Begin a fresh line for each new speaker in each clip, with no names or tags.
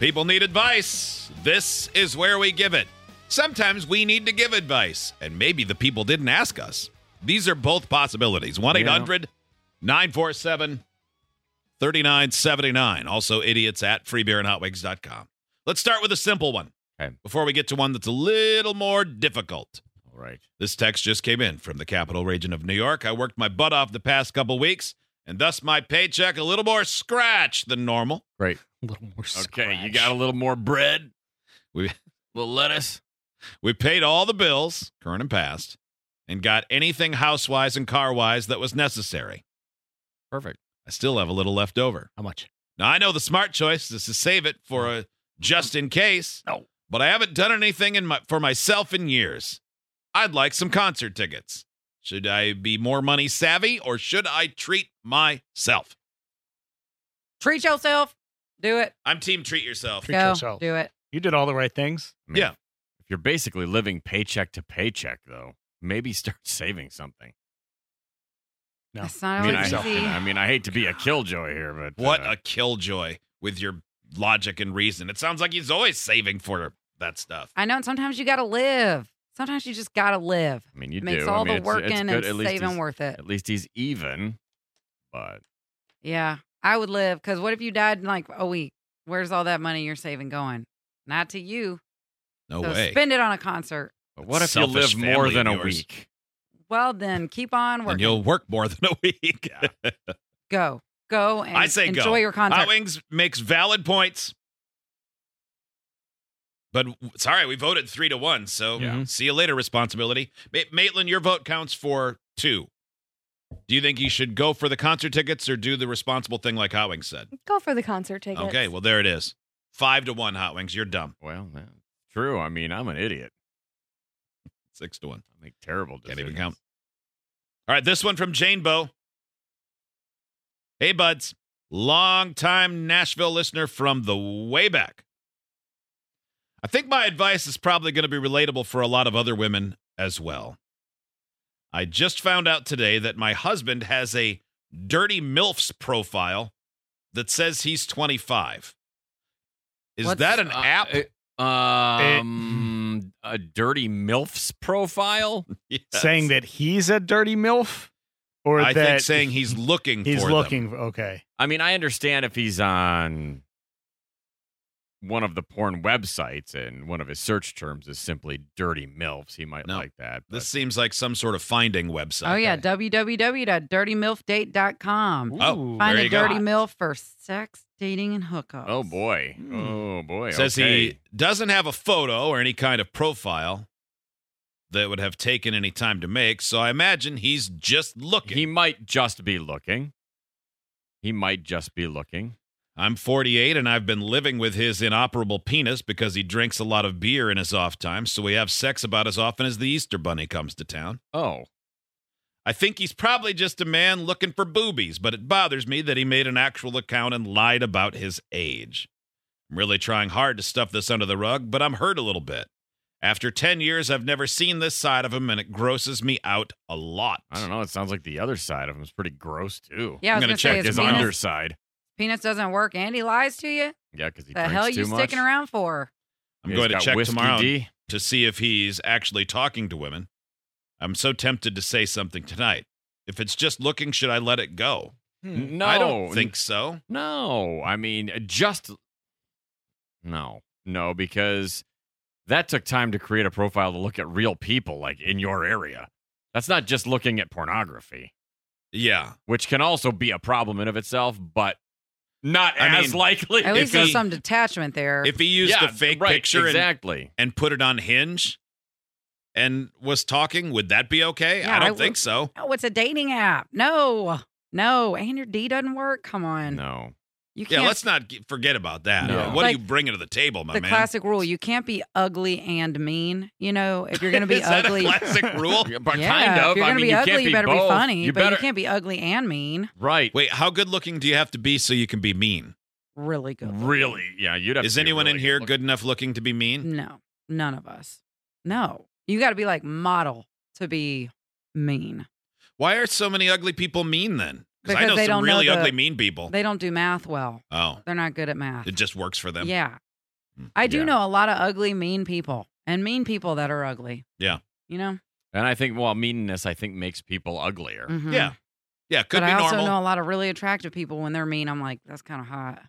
People need advice. This is where we give it. Sometimes we need to give advice, and maybe the people didn't ask us. These are both possibilities. 1 800 947 3979. Also, idiots at freebeerandhotwigs.com. Let's start with a simple one
Okay.
before we get to one that's a little more difficult.
All right.
This text just came in from the capital region of New York. I worked my butt off the past couple weeks, and thus my paycheck a little more scratch than normal.
Great.
A little more.
Okay. You got a little more bread.
We-
little lettuce.
We paid all the bills, current and past, and got anything house wise and car wise that was necessary.
Perfect.
I still have a little left over.
How much?
Now, I know the smart choice is to save it for a just in case.
No.
But I haven't done anything in my, for myself in years. I'd like some concert tickets. Should I be more money savvy or should I treat myself?
Treat yourself. Do it.
I'm team treat yourself.
Treat
Go.
yourself.
Do it.
You did all the right things.
I mean,
Yeah.
If you're basically living paycheck to paycheck, though, maybe start saving something.
No.
That's not
I mean, I,
always easy.
I mean, I hate to be a killjoy here, but
What
uh,
a killjoy with your logic and reason. It sounds like he's always saving for that stuff.
I know. And sometimes you got to live. Sometimes you just got to live.
I mean, you
it makes
do. I
all
mean,
the
it's-
working
it's
and
good. At least
saving
he's-
worth it.
At least he's even. But
Yeah, I would live because what if you died in like a week? Where's all that money you're saving going? Not to you.
No
so
way.
spend it on a concert.
but what if you
Selfish
live more
family
than
of
a
yours.
week?
Well, then keep on
and
working.
you'll work more than a week.
go, go, and
I say go.
enjoy your concert.
Hot Wings makes valid points. But w- sorry, we voted three to one. So
Yeah.
see you later, responsibility. Ma- Maitland, your vote counts for two. Do you think you should go for the concert tickets or do the responsible thing like Hot Wings said?
Go for the concert tickets.
Okay, well, there it is. Five to one, Hot Wings. You're dumb.
Well, that's true. I mean, I'm an idiot.
Six to one.
I make terrible
Can't
decisions.
even count. All right, this one from Jane Bow. Hey, buds. Longtime Nashville listener from the way back. I think my advice is probably going to be relatable for a lot of other women as well. I just found out today that my husband has a dirty MILFs profile that says he's 25. Is
What's-
that an app?
Uh, um,
Eh.
a dirty milf's profile.
Yes.
Saying that he's a dirty milf, or
I
that
think saying he's looking
he's
for them.
looking. Okay.
I mean, I understand if he's on one of the porn websites and one of his search terms is simply dirty milfs, he might
No.
like that. but-
This seems like some sort of finding website.
oh yeah, www.dirtymilfdate.com.
Oh,
Ooh.
Find
there
a
you go.
dirty milf for sex, dating, and hookups.
oh boy.
Hmm.
Oh boy.
Says
okay.
he doesn't have a photo or any kind of profile that would have taken any time to make, so I imagine he's just looking.
He might just be looking. He might just be looking.
I'm 48 and I've been living with his inoperable penis because he drinks a lot of beer in his off time, so we have sex about as often as the Easter Bunny comes to town.
Oh,
I think he's probably just a man looking for boobies, but it bothers me that he made an actual account and lied about his age. I'm really trying hard to stuff this under the rug, but I'm hurt a little bit. After 10 years, I've never seen this side of him, and it grosses me out a lot.
I don't know. It sounds like the other side of him is pretty gross too.
Yeah, I
I'm gonna
was gonna,
check
say
his
his
penis-
penis,
underside.
penis doesn't work, and he lies to you.
Yeah, because he
The
drinks
hell
too
you
much.
sticking around for?
I'm
He's
going to
got
check
whiskey
tomorrow
D.
to see if he's actually talking to women. I'm so tempted to say something tonight. If it's just looking, should I let it go?
Hmm.
No,
I don't think so.
No, I mean uh, just no, no, because that took time to create a profile to look at real people like in your area. That's not just looking at pornography,
Yeah.
which can also be a problem in of itself, but not
I
as
mean,
likely.
At least
If
there's
he-
some detachment there.
If he used
yeah,
the fake
right,
picture and
exactly.
and put it on Hinge and was talking, would that be okay?
Yeah,
I don't
I would-
think so.
Oh, it's a dating app. No, no. And your D doesn't work. Come on.
no,
You can't.
Yeah, let's not g forget about that.
No.
What
Like,
are you bringing to the table, my
the
man?
classic rule you can't be ugly and mean. You know, if you're going to be
Is that
ugly.
a classic rule?
Yeah, but
yeah,
kind of.
If you're
I
gonna
mean,
be
you
ugly,
can't
you better be
both.
funny,
You
but
better
you can't be ugly and mean.
right.
Wait, how good looking do you have to be so you can be mean?
Really good. looking.
Really? Yeah, you'd have.
Is
to be
anyone in
really
here
good-looking.
good enough looking to be mean?
No, none of us. No, you got to be like model to be mean.
Why are so many ugly people mean then? Because I
Because
know
they
some
don't know
really
the-
ugly mean people.
They don't do math well.
oh,
They're not good at math.
it just works for them. Mm,
Yeah, I do
Yeah.
know a lot of ugly, mean people and mean people that are ugly.
Yeah.
You know?
And I think, well, meanness, I think, makes people uglier.
Mhm.
Yeah. Yeah, could
but
be
I also
normal.
know a lot of really attractive people when they're mean. I'm like, that's kind of hot.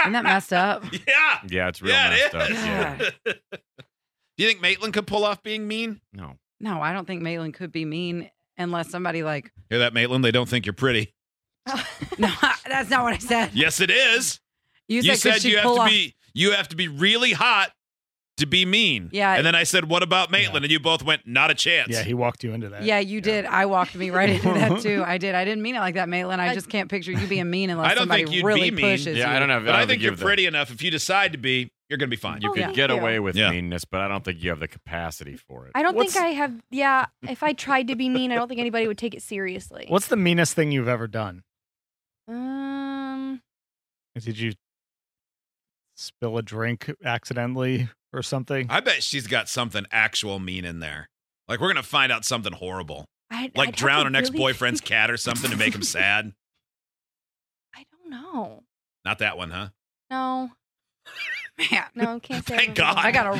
Isn't that messed up?
yeah.
Yeah, it's real
yeah, it
messed up.
is.
Yeah.
Do you think Maitland could pull off being mean?
No.
No, I don't think Maitland could be mean unless somebody like.
Hear that, Maitland? They don't think you're pretty.
No, that's not what I said.
Yes, it is.
You said,
You
could
said,
she
you have to
pull off-
be you have to be really hot to be mean.
Yeah.
And then I said, "What about Maitland?" And you both went, "Not a chance."
Yeah, he walked you into that.
Yeah, you did. I walked me right into that too. I did. I didn't mean it like that, Maitland. I just can't picture you being mean unless
I don't
somebody
think you'd
really
be mean.
pushes
Yeah,
you.
I don't know.
But I,
don't
think you're
you have the-
pretty enough. If you decide to be, you're going to be fine.
You
Oh,
could
yeah.
get
Yeah.
away with
Yeah.
meanness, but I don't think you have the capacity for it.
I don't
What's-
think I have. Yeah, if I tried to be mean, I don't think anybody would take it seriously.
What's the meanest thing you've ever done?
Um,
Did you spill a drink accidentally or something?
I bet she's got something actual mean in there. Like we're going to find out something horrible.
I
Like
I'd have
drown
to
an
really
ex-boyfriend's
think-
cat or something to make him sad.
I don't know.
Not that one, huh?
No,
Man,
no, can't say.
Thank
I remember.
God.
I got a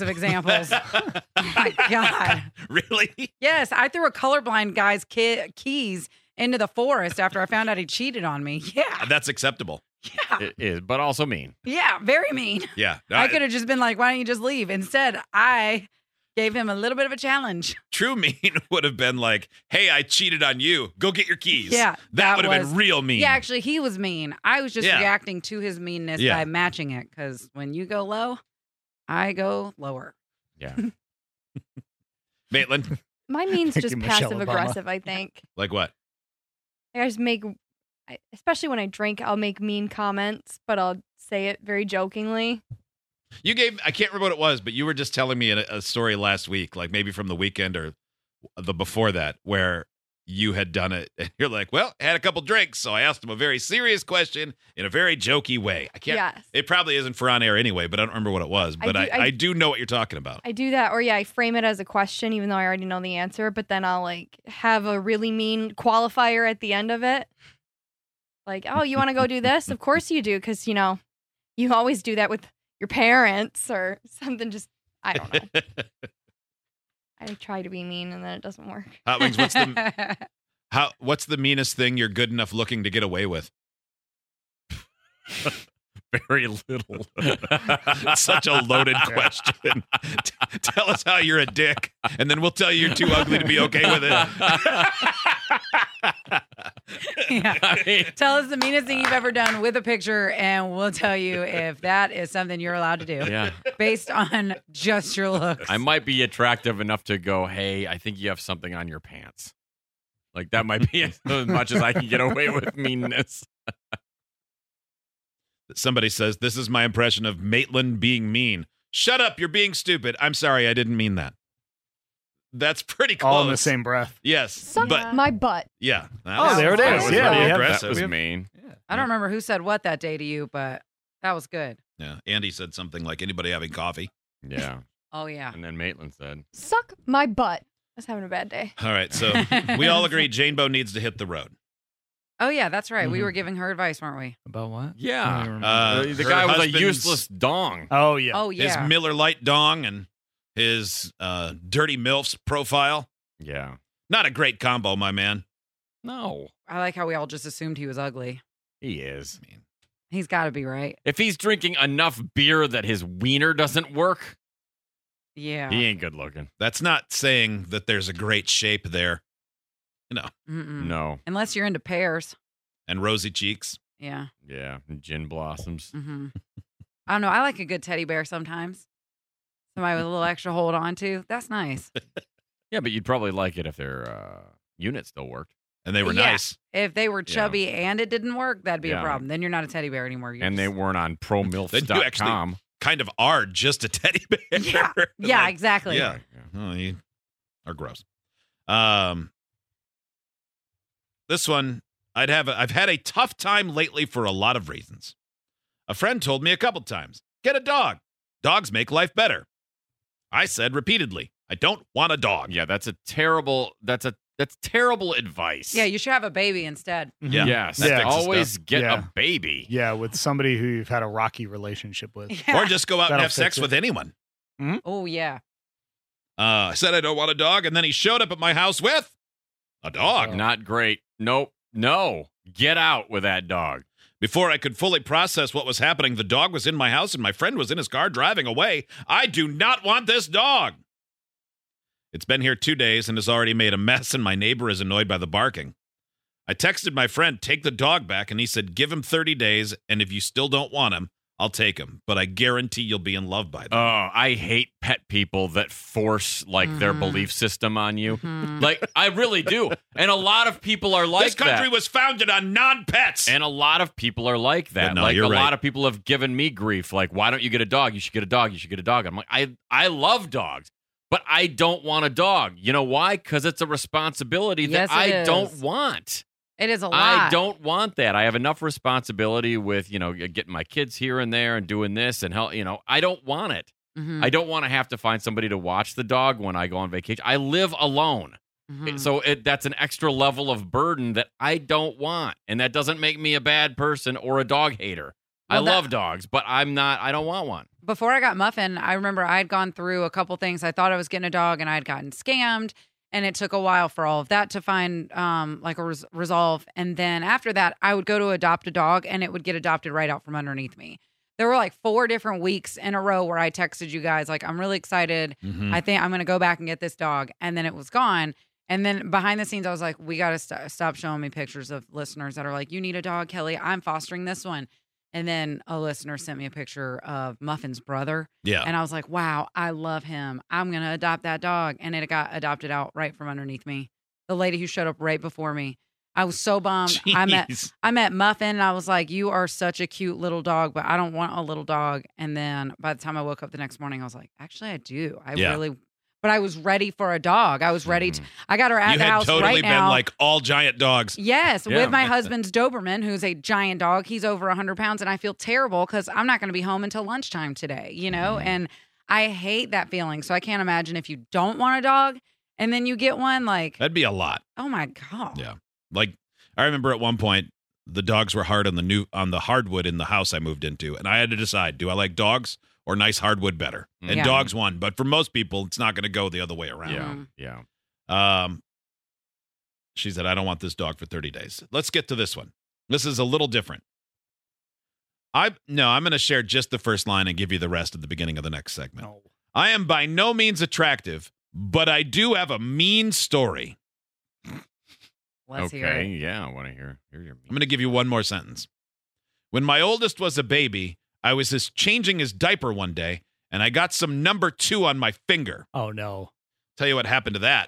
of examples. my God.
Really?
Yes, I threw a colorblind guy's ki- keys into the forest after I found out he cheated on me. Yeah,
That's acceptable.
yeah,
It is, but also mean.
yeah. Very mean.
Yeah. Uh,
I could have just been like, "Why don't you just leave?" Instead, I gave him a little bit of a challenge.
True mean would have been like, "Hey, I cheated on you. Go get your keys."
Yeah,
That, would have
was-
been real mean.
Yeah, actually, he was mean. I was just
Yeah.
reacting to his meanness
Yeah.
by matching it because when you go low, I go lower.
Maitland,
My means
Thank
just
you, Michelle
passive
Obama.
aggressive. I think.
like what?
Like, I just make, I- especially when I drink, I'll make mean comments, but I'll say it very jokingly.
You gave I can't remember what it was, but you were just telling me a, a story last week, like maybe from the weekend or the before that, where you had done it, and you're like, "Well, I had a couple drinks, so I asked him a very serious question in a very jokey way." I can't.
Yes.
It probably isn't for on air anyway, but I don't remember what it was.
I
But I
do-
I,
I-
do know what you're talking about.
I do that, or yeah, I frame it as a question, even though I already know the answer, but then I'll like have a really mean qualifier at the end of it. Like, oh, you want to go do this? Of course you do, because you know, you always do that with your parents or something. Just, I don't know. I try to be mean and then it doesn't work.
Hot wings. What's the how? What's the meanest thing you're good enough looking to get away with?
Very little.
Such a loaded question. T- tell us how you're a dick, and then we'll tell you you're too ugly to be okay with it.
Yeah.
I mean,
Tell us the meanest thing you've ever done with a picture, and we'll tell you if that is something you're allowed to do
yeah.
based on just your looks.
I might be attractive enough to go, hey, I think you have something on your pants. Like that might be as much as I can get away with meanness.
Somebody says, This is my impression of Maitland being mean. Shut up, you're being stupid. I'm sorry, I didn't mean that. That's pretty close.
All in the same breath.
Yes.
Suck
uh,
But
my butt.
yeah. That
Oh,
was-
there it
that
is.
was
Yeah,
pretty
we
have-
aggressive.
That was
have-
mean.
I don't remember who said what that day to you, but that was good.
yeah. Andy said something like anybody having coffee.
Yeah.
Oh, yeah.
And then Maitland said,
Suck my butt. I was having a bad day.
All right. So we all agree Jane Bow needs to hit the road.
Oh, yeah, that's right. We
Mhm.
were giving her advice, weren't we?
About
Hmm.
what?
yeah.
Uh,
the
her
guy was a
husband's-
useless dong.
oh yeah.
Oh, yeah.
His Miller Light Dong and his uh, Dirty MILFs profile.
Yeah.
Not a great combo, my man.
No.
I like how we all just assumed he was ugly.
He is.
I mean,
He's got to be right.
If he's drinking enough beer that his wiener doesn't work,
Yeah.
he ain't good looking.
that's not saying that there's a great shape there
Mm-mm.
No.
Unless you're into pears.
and rosy cheeks.
Yeah.
Yeah. Gin blossoms.
hmm I don't know. I like a good teddy bear sometimes. Somebody with a little extra hold on to. That's nice.
Yeah, but you'd probably like it if their uh, unit still worked.
And they were
Yeah.
nice.
If they were
Yeah.
chubby and it didn't work, that'd be
Yeah.
a problem. Then you're not a teddy bear anymore. You're
and they
just-
weren't on
Then you actually-
promilfs.com.
kind of are just a teddy bear.
Yeah. yeah,
Like,
exactly.
yeah. oh, you are gross. Um, this one, I'd have. A, I've had a tough time lately for a lot of reasons. A friend told me a couple times, "Get a dog. Dogs make life better." I said repeatedly, "I don't want a dog."
Yeah, that's a terrible. That's a That's terrible advice.
Yeah, you should have a baby instead.
Yeah.
Yes.
That fixes
Always get
Yeah.
a baby.
Yeah, with somebody who you've had a rocky relationship with.
Yeah.
Or just go out and
That'll
have sex
fix it.
with anyone.
oh yeah.
Uh, I said I don't want a dog, and then he showed up at my house with a dog.
Not great. Nope. No. Get out with that dog.
Before I could fully process what was happening, the dog was in my house and my friend was in his car driving away. I do not want this dog. It's been here two days and has already made a mess, and my neighbor is annoyed by the barking. I texted my friend, take the dog back, and he said, give him 30 days, and if you still don't want him, I'll take him, but I guarantee you'll be in love by then.
Oh, I hate pet people that force like their
Mhm.
belief system on you.
Mhm.
Like I really do. And a lot of people are like
this country
that.
was founded on non pets.
And a lot of people are like that.
Yeah, no,
like
you're
a
right.
lot of people have given me grief. Like, why don't you get a dog? You should get a dog. You should get a dog. I'm like, I I love dogs, but I don't want a dog. You know why? Because it's a responsibility
Yes,
that
it
I
is.
don't want.
It is a lot.
I don't want that. I have enough responsibility with you know getting my kids here and there and doing this and help. You know, I don't want it.
Mhm.
I don't want to have to find somebody to watch the dog when I go on vacation. I live alone.
Mhm.
So it, that's an extra level of burden that I don't want, and that doesn't make me a bad person or a dog hater. I
Well, that-
love dogs, but I'm not. I don't want one.
before I got Muffin, I remember I had gone through a couple things. I thought I was getting a dog, and I had gotten scammed, and it took a while for all of that to find um, like a res- resolve. And then after that, I would go to adopt a dog, and it would get adopted right out from underneath me. There were like four different weeks in a row where I texted you guys like, "I'm really excited.
Mhm.
I think I'm going to go back and get this dog," and then it was gone. And then behind the scenes, I was like, "We got to st- stop showing me pictures of listeners that are like, you need a dog, Kelly. I'm fostering this one." And then a listener sent me a picture of Muffin's brother.
yeah.
And I was like, wow, I love him. I'm going to adopt that dog. And it got adopted out right from underneath me. The lady who showed up right before me. I was so bummed. I met
Jeez.
I met Muffin and I was like, you are such a cute little dog, but I don't want a little dog. And then by the time I woke up the next morning, I was like, actually, I do. I
Yeah. Mm-hmm.
really, but I was ready for a dog. I was
Mm-hmm.
ready to, I got her at
you
the
had
house
totally
right
been
now.
like all giant dogs.
Yes,
Yeah.
with my husband's Doberman, who's a giant dog. He's over 100 pounds, and I feel terrible because I'm not going to be home until lunchtime today, you
Mm-hmm.
know?
Mhm.
And I hate that feeling. So I can't imagine if you don't want a dog and then you get one, like,
That'd be a lot.
oh my God.
Yeah. Like I remember at one point the dogs were hard on the new on the hardwood in the house I moved into, and I had to decide: do I like dogs or nice hardwood better? And
Yeah.
dogs won, but for most people, it's not going to go the other way around.
Yeah,
Mhm.
yeah.
Um, she said, "I don't want this dog for thirty days." Let's get to this one. This is a little different. I no, I'm going to share just the first line and give you the rest at the beginning of the next segment.
No.
I am by no means attractive, but I do have a mean story.
Let's
okay,
hear it.
yeah. I want to hear hear your.
I'm going to give you one more sentence. When my oldest was a baby, I was just changing his diaper one day and I got some number two on my finger.
Oh no.
Tell you what happened to that.